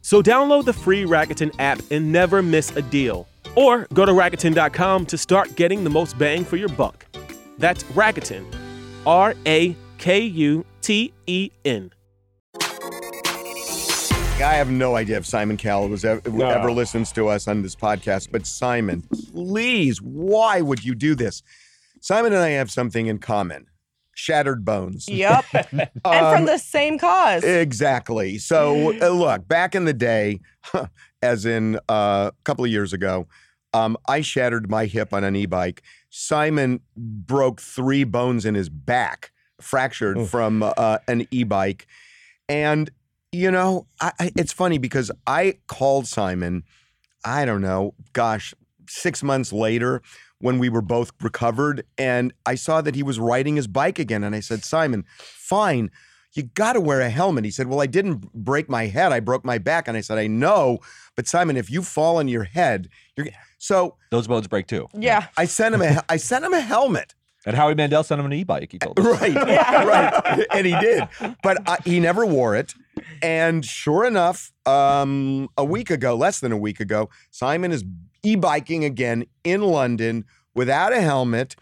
Speaker 11: So download the free Rakuten app and never miss a deal. Or go to Rakuten.com to start getting the most bang for your buck. That's Rakuten. R A K U T E N.
Speaker 3: I have no idea if Simon Cowell was ever,
Speaker 4: No.
Speaker 3: ever listens to us on this podcast, but Simon, please, why would you do this? Simon and I have something in common: shattered bones.
Speaker 9: Yep. and from the same cause.
Speaker 3: Exactly. So uh, look, back in the day, as in uh, a couple of years ago, um, I shattered my hip on an e-bike. Simon broke three bones in his back, fractured from uh, an e-bike, and you know, I, I, it's funny because I called Simon. I don't know, gosh, six months later when we were both recovered, and I saw that he was riding his bike again, and I said, Simon, fine. You got to wear a helmet. He said, Well, I didn't break my head. I broke my back. And I said, I know. But Simon, if you fall on your head, you're. So
Speaker 10: those bones break too.
Speaker 9: yeah.
Speaker 3: I sent him a, I sent him a helmet.
Speaker 10: And Howie Mandel sent him an e-bike. He told us.
Speaker 3: Right. Right. And he did. But I, he never wore it. And sure enough, um, a week ago, less than a week ago, Simon is e biking again in London without a helmet.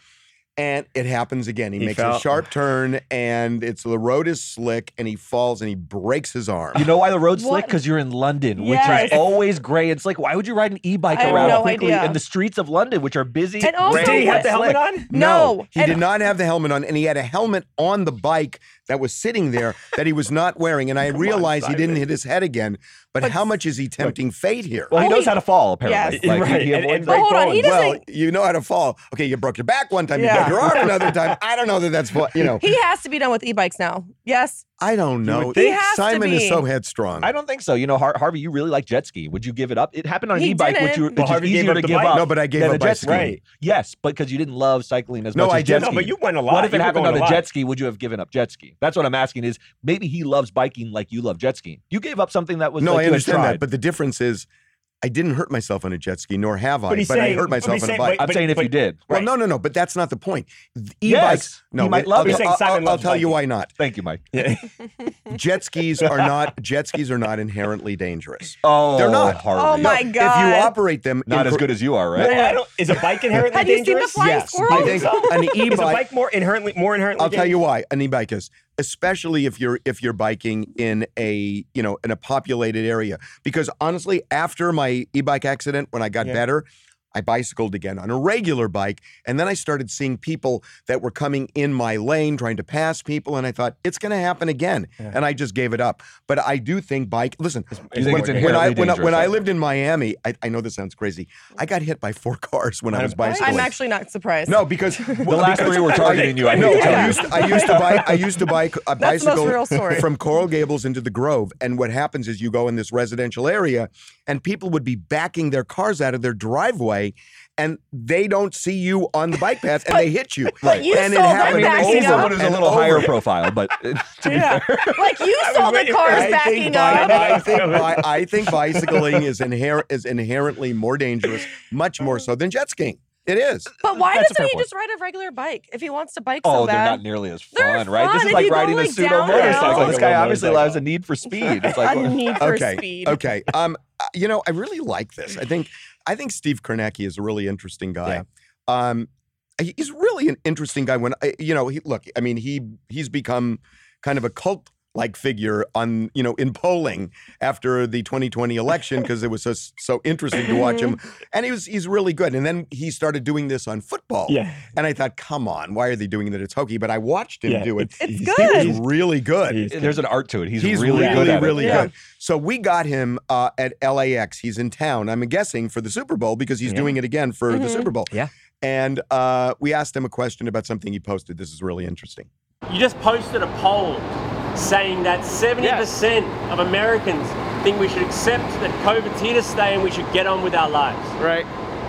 Speaker 3: And it happens again. He,
Speaker 4: He
Speaker 3: makes a
Speaker 4: fell.
Speaker 3: sharp turn, and it's the road is slick, and he falls and he breaks his arm.
Speaker 10: You know why the road's slick?
Speaker 9: What?
Speaker 10: Because you're in London, which
Speaker 9: Yes.
Speaker 10: is always gray. It's like, why would you ride an e-bike
Speaker 9: I have
Speaker 10: around
Speaker 9: no
Speaker 10: quickly
Speaker 9: idea.
Speaker 10: in the streets of London, which are busy?
Speaker 9: And also-
Speaker 4: Did he have the helmet
Speaker 10: Slick.
Speaker 4: on?
Speaker 9: No.
Speaker 3: he
Speaker 9: And-
Speaker 3: did not have the helmet on, and he had a helmet on the bike that was sitting there that he was not wearing. And I realized he didn't hit his head again. But, how much is he tempting fate here?
Speaker 10: Well, he
Speaker 9: Oh,
Speaker 10: knows
Speaker 9: he-
Speaker 10: how to fall, apparently.
Speaker 9: Yes.
Speaker 10: Like,
Speaker 4: Right,
Speaker 10: he
Speaker 4: and-
Speaker 10: avoids
Speaker 4: and
Speaker 10: that.
Speaker 9: But hold on, he doesn't.
Speaker 3: well, you know how to fall. Okay, you broke your back one time, you broke
Speaker 9: Yeah.
Speaker 3: your arm another time. I don't know that that's what, you know,
Speaker 9: he has to be done with e-bikes now. Yes.
Speaker 3: I don't
Speaker 4: would
Speaker 3: know.
Speaker 4: think- He
Speaker 9: has to
Speaker 3: Simon is
Speaker 9: be.
Speaker 3: so headstrong.
Speaker 10: I don't think so. You know, Har- Harvey, you really like jet ski. Would you give it up? It happened on an
Speaker 9: He
Speaker 10: e-bike, which, you,
Speaker 9: didn't.
Speaker 10: which
Speaker 4: Well,
Speaker 10: is
Speaker 4: Harvey gave
Speaker 10: easier
Speaker 4: up
Speaker 10: to
Speaker 4: the
Speaker 10: give
Speaker 4: bike.
Speaker 10: up.
Speaker 3: No, but I gave
Speaker 10: than
Speaker 3: up
Speaker 10: a jet
Speaker 3: bicycling.
Speaker 10: ski. Yes, but because you didn't love cycling as
Speaker 3: No,
Speaker 10: much
Speaker 3: I
Speaker 10: as jet
Speaker 3: didn't.
Speaker 10: ski.
Speaker 4: No, but you went a lot.
Speaker 10: What if
Speaker 4: You
Speaker 10: it
Speaker 4: were
Speaker 10: happened
Speaker 4: going
Speaker 10: on a
Speaker 4: lot.
Speaker 10: jet ski? Would you have given up jet ski? That's what I'm asking. Is maybe he loves biking like you love jet skiing? You gave up something that was
Speaker 3: No,
Speaker 10: like
Speaker 3: I
Speaker 10: you had
Speaker 3: understand
Speaker 10: tried.
Speaker 3: that. But the difference is I didn't hurt myself on a jet ski, nor have I.
Speaker 4: But
Speaker 3: But,
Speaker 4: he's
Speaker 3: I
Speaker 4: saying-
Speaker 3: hurt
Speaker 4: but he's
Speaker 3: myself on a
Speaker 4: saying-
Speaker 3: bike.
Speaker 4: but-
Speaker 10: I'm saying if you did.
Speaker 3: well,
Speaker 4: right.
Speaker 3: no, no, no. But that's not the point. The
Speaker 10: Yes,
Speaker 3: E-bikes. No,
Speaker 10: he might
Speaker 3: wait,
Speaker 10: love
Speaker 3: okay,
Speaker 10: it.
Speaker 4: You're saying
Speaker 3: I'll-
Speaker 4: Simon
Speaker 3: I'll, I'll
Speaker 4: loves
Speaker 3: tell you
Speaker 4: biking.
Speaker 3: why not.
Speaker 10: Thank you, Mike.
Speaker 3: Jet skis are not jet skis are not inherently dangerous.
Speaker 10: Oh,
Speaker 3: They're not.
Speaker 10: Harvey.
Speaker 9: Oh my
Speaker 3: If you
Speaker 9: God.
Speaker 3: operate them,
Speaker 10: Not as
Speaker 3: incor-
Speaker 10: good as you are, right?
Speaker 4: Well, I don't- is a bike inherently
Speaker 9: Have you seen the
Speaker 4: dangerous?
Speaker 9: flying
Speaker 3: yes,
Speaker 9: squirrel?
Speaker 3: I think an
Speaker 4: Is a
Speaker 3: e-bike
Speaker 4: bike more inherently more inherently?
Speaker 3: I'll tell you why an e-bike is, especially if you're if you're biking in a you know in a populated area. Because honestly, after my e-bike accident, when I got
Speaker 4: Yeah.
Speaker 3: better, I bicycled again on a regular bike. And then I started seeing people that were coming in my lane trying to pass people. And I thought, it's going to happen again. And I just gave it up. But I do think bike, listen,
Speaker 10: you think it's
Speaker 3: when, I,
Speaker 10: inherently
Speaker 3: when, I, when
Speaker 10: dangerous,
Speaker 3: I
Speaker 10: though?
Speaker 3: lived in Miami, I, I know this sounds crazy. I got hit by four cars when I was bicycling.
Speaker 9: I'm actually not surprised.
Speaker 3: No, because
Speaker 10: The last three were targeting you. I
Speaker 3: no,
Speaker 10: hate to tell
Speaker 3: I
Speaker 10: you.
Speaker 3: used, I used to bike. I used to bike a
Speaker 9: That's the most
Speaker 3: bicycle
Speaker 9: real story.
Speaker 3: from Coral Gables into the Grove. And what happens is you go in this residential area, and people would be backing their cars out of their driveway, and they don't see you on the bike path, and they hit you.
Speaker 9: But you
Speaker 3: and
Speaker 9: saw them
Speaker 3: happened
Speaker 9: backing
Speaker 3: over
Speaker 10: He's the one
Speaker 9: up.
Speaker 10: who's a
Speaker 3: and
Speaker 10: little
Speaker 3: over.
Speaker 10: higher profile, but to be
Speaker 9: Yeah.
Speaker 10: fair.
Speaker 9: like you saw the
Speaker 4: waiting for
Speaker 9: cars
Speaker 4: it.
Speaker 3: I think,
Speaker 9: backing
Speaker 3: bi-
Speaker 9: up.
Speaker 3: I, think bi- I think bicycling is inherent is inherently more dangerous, much more so than jet skiing. It is.
Speaker 9: But why
Speaker 10: That's a
Speaker 9: doesn't
Speaker 10: fair
Speaker 9: he
Speaker 10: point.
Speaker 9: just ride a regular bike if he wants to bike
Speaker 10: Oh,
Speaker 9: so
Speaker 10: they're
Speaker 9: bad?
Speaker 10: not nearly as fun,
Speaker 9: They're
Speaker 10: right? This
Speaker 9: fun
Speaker 10: is
Speaker 9: if
Speaker 10: like
Speaker 9: you go,
Speaker 10: riding
Speaker 9: like,
Speaker 10: a pseudo
Speaker 9: downhill.
Speaker 10: motorcycle.
Speaker 9: Like
Speaker 10: This
Speaker 9: a
Speaker 10: guy
Speaker 4: little
Speaker 10: obviously
Speaker 4: motorcycle.
Speaker 10: loves a need for speed. It's like,
Speaker 9: a
Speaker 10: well,
Speaker 9: need for
Speaker 3: okay.
Speaker 9: speed.
Speaker 3: Okay. Um, uh, you know, I really like this. I think I think Steve Kornacki is a really interesting guy. Um, he- he's really an interesting guy. When I- you know, he look. I mean, he he's become kind of a cult. Like figure on you know in polling after the 2020 election because it was so so interesting to watch him and he was he's really good and then he started doing this on football
Speaker 4: Yeah.
Speaker 3: and I thought come on why are they doing that it's hokey but I watched him
Speaker 4: Yeah,
Speaker 3: do it
Speaker 9: It's
Speaker 4: he's-
Speaker 9: good.
Speaker 3: he was really good
Speaker 4: he's-
Speaker 10: Uh, there's an art to it. He's,
Speaker 3: He's
Speaker 10: really,
Speaker 3: really,
Speaker 10: good at it.
Speaker 3: really
Speaker 9: Yeah.
Speaker 3: good. So we got him uh, at LAX. He's in town. I'm guessing for the Super Bowl because he's
Speaker 10: Yeah.
Speaker 3: doing it again for the
Speaker 9: Mhm.
Speaker 3: Super Bowl.
Speaker 10: Yeah.
Speaker 3: And uh, we asked him a question about something he posted. This is really interesting.
Speaker 8: You just posted a poll saying that 70% of Americans think we should accept that COVID's here to stay and we should get on with our lives.
Speaker 12: Right.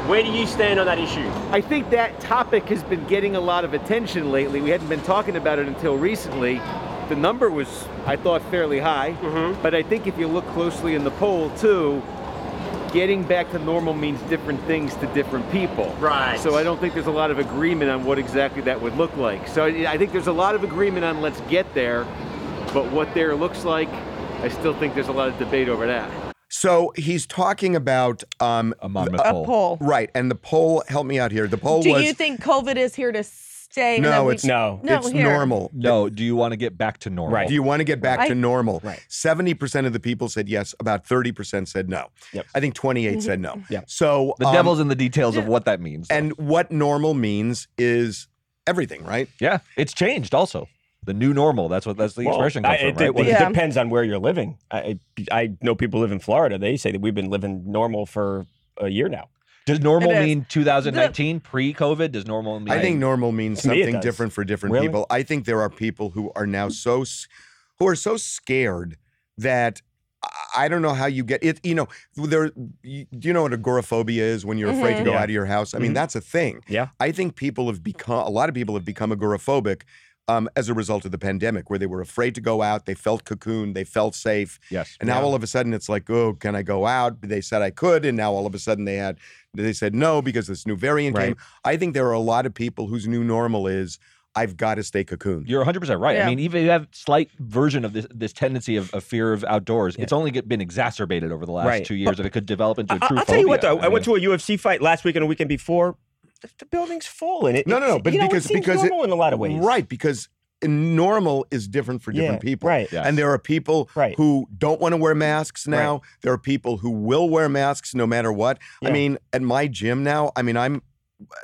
Speaker 8: Where do you stand on that issue?
Speaker 12: I think that topic has been getting a lot of attention lately. We hadn't been talking about it until recently. The number was, I thought, fairly high. But I think if you look closely in the poll, too, getting back to normal means different things to different people.
Speaker 8: Right.
Speaker 12: So I don't think there's a lot of agreement on what exactly that would look like. So I I think there's a lot of agreement on let's get there, but what there looks like, I still think there's a lot of debate over that.
Speaker 3: So he's talking about um,
Speaker 10: A Monmouth
Speaker 9: A
Speaker 10: pole.
Speaker 9: poll.
Speaker 3: right. And the poll. Help me out here. The poll
Speaker 9: Do
Speaker 3: was
Speaker 9: you think COVID is here to stay? and that
Speaker 3: no,
Speaker 9: we-
Speaker 3: it's
Speaker 4: No.
Speaker 9: No,
Speaker 3: it's
Speaker 9: here.
Speaker 3: normal.
Speaker 10: No, do you want to get back to normal?
Speaker 4: Right.
Speaker 3: Do you want to get back to
Speaker 9: Right.
Speaker 3: normal? Seventy percent of the people said yes. About thirty percent said no.
Speaker 4: Yep.
Speaker 3: I think
Speaker 9: Mm-hmm.
Speaker 3: twenty-eight said no.
Speaker 4: Yep.
Speaker 3: So
Speaker 10: the
Speaker 3: um,
Speaker 10: devil's in the details of what that means.
Speaker 3: and what normal means is everything, right?
Speaker 10: yeah, it's changed also. The new normal. That's what that's the
Speaker 4: Well,
Speaker 10: expression
Speaker 4: I-
Speaker 10: comes from,
Speaker 4: it,
Speaker 10: right?
Speaker 4: it-
Speaker 10: What-
Speaker 4: it
Speaker 9: Yeah.
Speaker 4: depends on where you're living. I, I I know people live in Florida. They say that we've been living normal for a year now.
Speaker 10: Does normal
Speaker 9: It is.
Speaker 10: mean 2019 pre-COVID? Does normal mean
Speaker 3: I think normal means
Speaker 4: To me, it
Speaker 3: something
Speaker 4: does.
Speaker 3: different for different
Speaker 4: Really?
Speaker 3: people. I think there are people who are now so s- who are so scared that I- I don't know how you get it. You know, there. You, do you know what agoraphobia is when you're afraid to
Speaker 9: Mhm.
Speaker 3: go
Speaker 4: Yeah.
Speaker 3: out of your house? I mean,
Speaker 4: Mhm.
Speaker 3: that's a thing.
Speaker 4: Yeah.
Speaker 3: I think people have become a lot of people have become agoraphobic. Um, as a result of the pandemic, where they were afraid to go out, they felt cocooned, they felt safe,
Speaker 10: yes.
Speaker 3: and now all of a sudden it's like, oh, can I go out? They said I could, and now all of a sudden they had they said no because this new variant
Speaker 4: Right.
Speaker 3: came. I think there are a lot of people whose new normal is I've got to stay cocooned.
Speaker 10: You're 100% right.
Speaker 9: Yeah.
Speaker 10: I mean, even if you have slight version of this this tendency of, of fear of outdoors, it's only get, been exacerbated over the last
Speaker 4: Right.
Speaker 10: two years, and it could develop into a
Speaker 4: I,
Speaker 10: true
Speaker 4: will tell you what,
Speaker 10: phobia.
Speaker 4: though. I, went to a UFC fight last week and the weekend before. The, the building's full, and it
Speaker 3: No, no, no,
Speaker 4: it's-
Speaker 3: but
Speaker 4: you know,
Speaker 3: because-
Speaker 4: it seems
Speaker 3: because it-
Speaker 4: normal in a lot of ways,
Speaker 3: Right, because normal is different for different
Speaker 4: Yeah,
Speaker 3: people.
Speaker 4: right.
Speaker 10: Yes.
Speaker 3: And there are people
Speaker 4: Right.
Speaker 3: who don't want to wear masks now. There are people who will wear masks no matter what. I
Speaker 4: Yeah.
Speaker 3: mean, at my gym now, I mean, I'm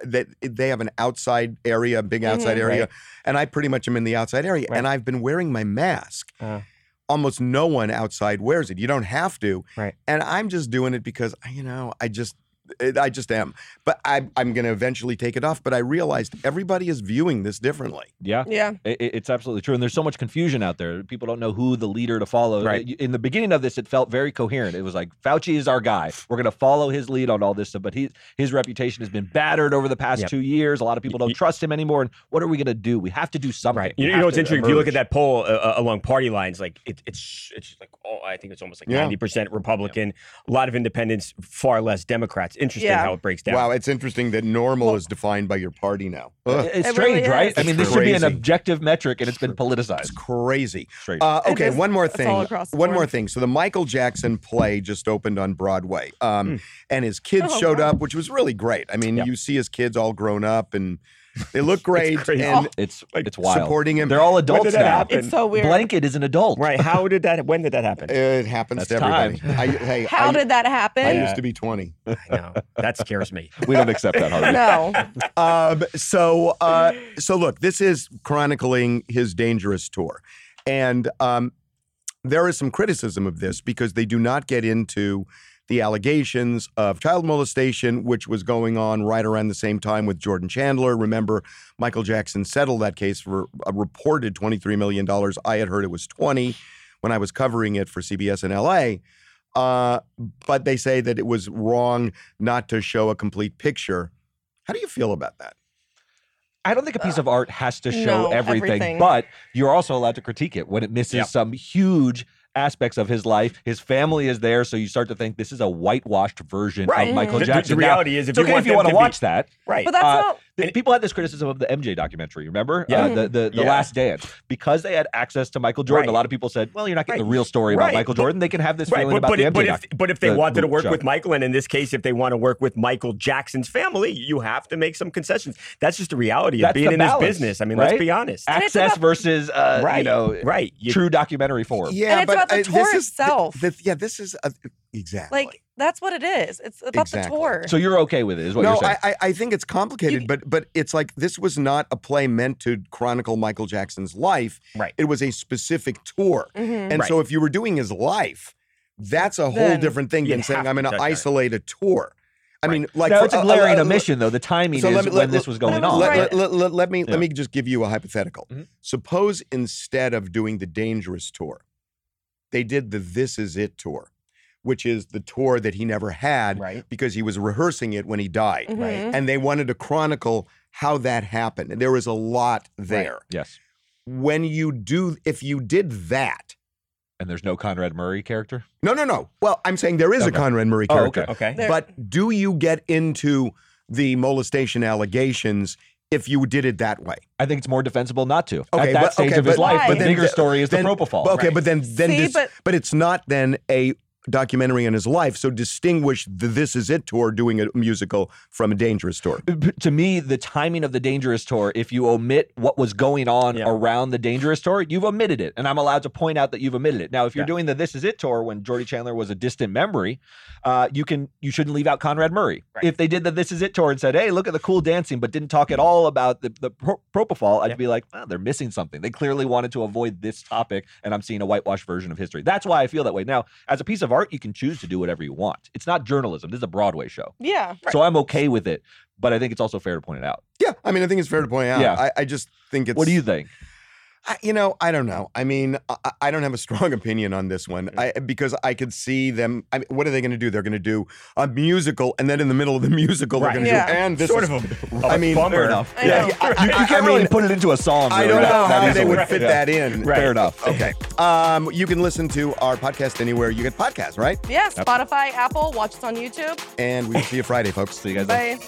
Speaker 3: that they, have an outside area, a big outside area,
Speaker 4: Mm-hmm. Right.
Speaker 3: and I pretty much am in the outside area,
Speaker 4: Right.
Speaker 3: and I've been wearing my mask.
Speaker 4: Uh-huh.
Speaker 3: Almost no one outside wears it. You don't have to,
Speaker 4: Right.
Speaker 3: And I'm just doing it because you know I just. it- I just am, but I, I'm going to eventually take it off. But I realized everybody is viewing this differently.
Speaker 10: Yeah.
Speaker 9: Yeah.
Speaker 10: It, it- it's absolutely true, and there's so much confusion out there. People don't know who the leader to follow.
Speaker 4: Right.
Speaker 10: In the beginning of this, it felt very coherent. It was like Fauci is our guy. We're going to follow his lead on all this stuff. But he, his reputation has been battered over the past
Speaker 4: Yep.
Speaker 10: two years. A lot of people don't trust him anymore. And what are we going to do? We have to do something.
Speaker 4: Right.
Speaker 10: We
Speaker 4: You, you
Speaker 10: have
Speaker 4: know what's
Speaker 10: to
Speaker 4: interesting? If you look at
Speaker 10: emerge.
Speaker 4: that poll uh, uh, along party lines, like it, it's it's just like oh, I think it's almost like
Speaker 3: Yeah.
Speaker 4: ninety percent Republican, a lot of Independents, far less Democrats. Interesting
Speaker 9: Yeah.
Speaker 4: how it breaks down.
Speaker 3: Wow, it's interesting that normal is defined by your party now. Ugh,
Speaker 10: It's
Speaker 9: It
Speaker 10: strange,
Speaker 9: really
Speaker 10: right?
Speaker 9: is.
Speaker 10: I mean,
Speaker 3: It's
Speaker 10: this should be an
Speaker 3: crazy.
Speaker 10: objective metric, and it's been politicized.
Speaker 3: it's crazy.
Speaker 10: Straight.
Speaker 3: Uh,
Speaker 9: It
Speaker 3: okay,
Speaker 9: is.
Speaker 3: one more
Speaker 9: It's
Speaker 3: thing.
Speaker 9: all across the
Speaker 3: one
Speaker 9: board.
Speaker 3: more thing. So the Michael Jackson play just opened on Broadway,
Speaker 10: Hmm.
Speaker 3: um, and his kids
Speaker 9: Oh,
Speaker 3: showed
Speaker 9: wow.
Speaker 3: up, which was really great. I mean, you see his kids all grown up and They look great. and
Speaker 9: Oh.
Speaker 10: it's
Speaker 3: like,
Speaker 10: it's wild.
Speaker 3: supporting him.
Speaker 10: They're all adults
Speaker 3: When did that
Speaker 10: now.
Speaker 3: happen?
Speaker 10: Blanket is an adult.
Speaker 4: Right. How did that? When did that happen?
Speaker 3: It happens
Speaker 10: That's
Speaker 3: to everybody.
Speaker 10: time.
Speaker 3: I, hey,
Speaker 9: How
Speaker 3: I,
Speaker 9: did that happen?
Speaker 3: I used to be 20. I
Speaker 4: know. That scares me.
Speaker 10: We don't accept that, Harvey.
Speaker 9: No.
Speaker 3: um, so, uh, so look, this is chronicling his dangerous tour, and um, there is some criticism of this because they do not get into the allegations of child molestation, which was going on right around the same time with Jordan Chandler. Remember, Michael Jackson settled that case for a reported twenty-three million dollars. I had heard it was twenty when I was covering it for CBS in LA. Uh, but they say that it was wrong not to show a complete picture how do you feel about that?
Speaker 10: I don't think a piece of art has to show
Speaker 3: no,
Speaker 10: everything,
Speaker 3: everything.
Speaker 10: but you're also allowed to critique it when it misses
Speaker 3: Yep.
Speaker 10: some huge aspects of his life. His family is there, so you start to think this is a whitewashed version
Speaker 4: Right.
Speaker 10: of Michael
Speaker 4: The- the
Speaker 10: Jackson.
Speaker 4: reality
Speaker 10: Now,
Speaker 4: is if
Speaker 10: it's
Speaker 4: you
Speaker 10: okay
Speaker 4: want
Speaker 10: if you
Speaker 4: them
Speaker 10: want
Speaker 4: to
Speaker 10: to
Speaker 4: be-
Speaker 10: watch that,
Speaker 4: Right. But that's
Speaker 9: not-
Speaker 10: th- Uh, people had this criticism of the MJ documentary. Remember
Speaker 4: Yeah.
Speaker 10: Uh, the the, the
Speaker 4: Yeah.
Speaker 10: Last Dance because they had access to Michael Jordan.
Speaker 4: Right.
Speaker 10: A lot of people said, "Well, you're not getting
Speaker 4: Right.
Speaker 10: the real story about
Speaker 4: Right.
Speaker 10: Michael
Speaker 4: But-
Speaker 10: Jordan. They can have this feeling
Speaker 4: but,
Speaker 10: about
Speaker 4: but,
Speaker 10: the
Speaker 4: if,
Speaker 10: MJ
Speaker 4: but,
Speaker 10: doc."
Speaker 4: if, but if they
Speaker 10: the-
Speaker 4: wanted
Speaker 10: the
Speaker 4: to work
Speaker 10: show.
Speaker 4: with Michael, and in this case, if they want to work with Michael Jackson's family, you have to make some concessions. That's just the reality of
Speaker 10: That's
Speaker 4: being
Speaker 10: the
Speaker 4: in
Speaker 10: balance,
Speaker 4: this business. I mean,
Speaker 10: right?
Speaker 4: let's be honest.
Speaker 10: And it's Access about- versus, uh, you
Speaker 4: right,
Speaker 10: know,
Speaker 4: right. You-
Speaker 10: true documentary form.
Speaker 3: Yeah,
Speaker 9: And it's
Speaker 3: but
Speaker 9: about the
Speaker 3: I-
Speaker 9: tour
Speaker 3: this is
Speaker 9: itself.
Speaker 3: th- th- yeah, this is a, exactly.
Speaker 9: Like that's what it is. It's about
Speaker 3: Exactly.
Speaker 9: the tour.
Speaker 10: So you're okay with it, is what
Speaker 3: no,
Speaker 10: you're saying?
Speaker 3: I, I I think it's complicated, but but it's like this was not a play meant to chronicle Michael Jackson's life. Right. It was a specific tour,
Speaker 9: Mm-hmm.
Speaker 2: Mhm.
Speaker 3: and
Speaker 2: Right.
Speaker 3: so if you were doing his life, that's a whole
Speaker 10: Then
Speaker 3: different thing than
Speaker 10: you'd
Speaker 3: saying
Speaker 10: have
Speaker 3: I'm
Speaker 10: to
Speaker 3: going to
Speaker 10: touch on it.
Speaker 3: isolate a tour. I mean, like
Speaker 10: no,
Speaker 3: for-
Speaker 10: it's a glaring
Speaker 3: uh, uh,
Speaker 10: omission, though. The timing is
Speaker 3: let me-
Speaker 10: when
Speaker 3: let-
Speaker 10: this was going
Speaker 3: let,
Speaker 10: on.
Speaker 3: Let,
Speaker 10: Right.
Speaker 3: let, let, let- let me
Speaker 10: Yeah. Mm-hmm.
Speaker 3: let me just give you a hypothetical. Suppose instead of doing the Dangerous tour, they did the This Is It tour, which is the tour that he never had because he was rehearsing it when he died,
Speaker 10: Mm-hmm.
Speaker 2: Right.
Speaker 9: Mm-hmm.
Speaker 3: and they wanted to chronicle how that happened. And there was a lot there.
Speaker 10: Yes.
Speaker 3: When you do, if you did that,
Speaker 10: And there's no Conrad Murray character.
Speaker 3: no, no, no. Well, I'm saying there is a
Speaker 10: Okay.
Speaker 3: Conrad Murray
Speaker 10: Oh,
Speaker 3: character.
Speaker 10: okay. Okay. There-
Speaker 3: But do you get into the molestation allegations if you did it that way?
Speaker 10: I think it's more defensible not to. At that stage of his life, the bigger story is the
Speaker 3: then-
Speaker 10: propofol.
Speaker 3: Okay, but then then
Speaker 9: See,
Speaker 3: dis-
Speaker 9: but-
Speaker 3: but, it's not then a documentary on his life. So distinguish the This Is It tour doing a musical from a Dangerous tour.
Speaker 10: P- to me, the timing of the Dangerous Tour, if you omit what was going on around the Dangerous Tour, you've omitted it. And I'm allowed to point out that you've omitted it. Now, if you're doing the This Is It Tour when Jordy Chandler was a distant memory, uh, you can you shouldn't leave out Conrad Murray. If they did the This Is It Tour and said, hey, look at the cool dancing, but didn't talk at all about the, the pro- propofol, I'd be like, well, they're missing something. They clearly wanted to avoid this topic, and I'm seeing a whitewashed version of history. That's why I feel that way. Now, as a piece of art, you can choose to do whatever you want. It's not journalism. This is a Broadway show.
Speaker 9: yeah.
Speaker 10: So I'm okay with it, but I think it's also fair to point it out.
Speaker 3: Yeah, I mean, I think it's fair to point out.
Speaker 10: Yeah.
Speaker 3: I, I just think it's.
Speaker 10: What do you think?
Speaker 3: I, you know, I don't know. I mean, I- I, I don't have a strong opinion on this one I, because I could see them. I mean, what are they going to do? They're going to do a musical, and then in the middle of the musical,
Speaker 10: Right.
Speaker 3: they're going to
Speaker 10: Yeah.
Speaker 3: do and this
Speaker 10: Sort
Speaker 3: is,
Speaker 10: of a-
Speaker 3: I
Speaker 10: a
Speaker 3: mean,
Speaker 10: bummer. Fair enough. I
Speaker 3: I-
Speaker 10: know.
Speaker 3: I-
Speaker 10: You- you
Speaker 3: I-
Speaker 10: can't
Speaker 3: I
Speaker 10: really
Speaker 3: mean,
Speaker 10: put it into a song,
Speaker 3: I
Speaker 10: really,
Speaker 3: don't
Speaker 10: that-
Speaker 3: know
Speaker 10: that
Speaker 3: how they
Speaker 10: easily.
Speaker 3: would fit
Speaker 10: Yeah.
Speaker 3: that in.
Speaker 10: Right. Fair enough.
Speaker 3: Okay. Um, you can listen to our podcast anywhere you get podcasts, right?
Speaker 9: Yeah. Spotify, Apple, watch us on YouTube.
Speaker 3: And we will see you Friday, folks. See you
Speaker 9: Bye.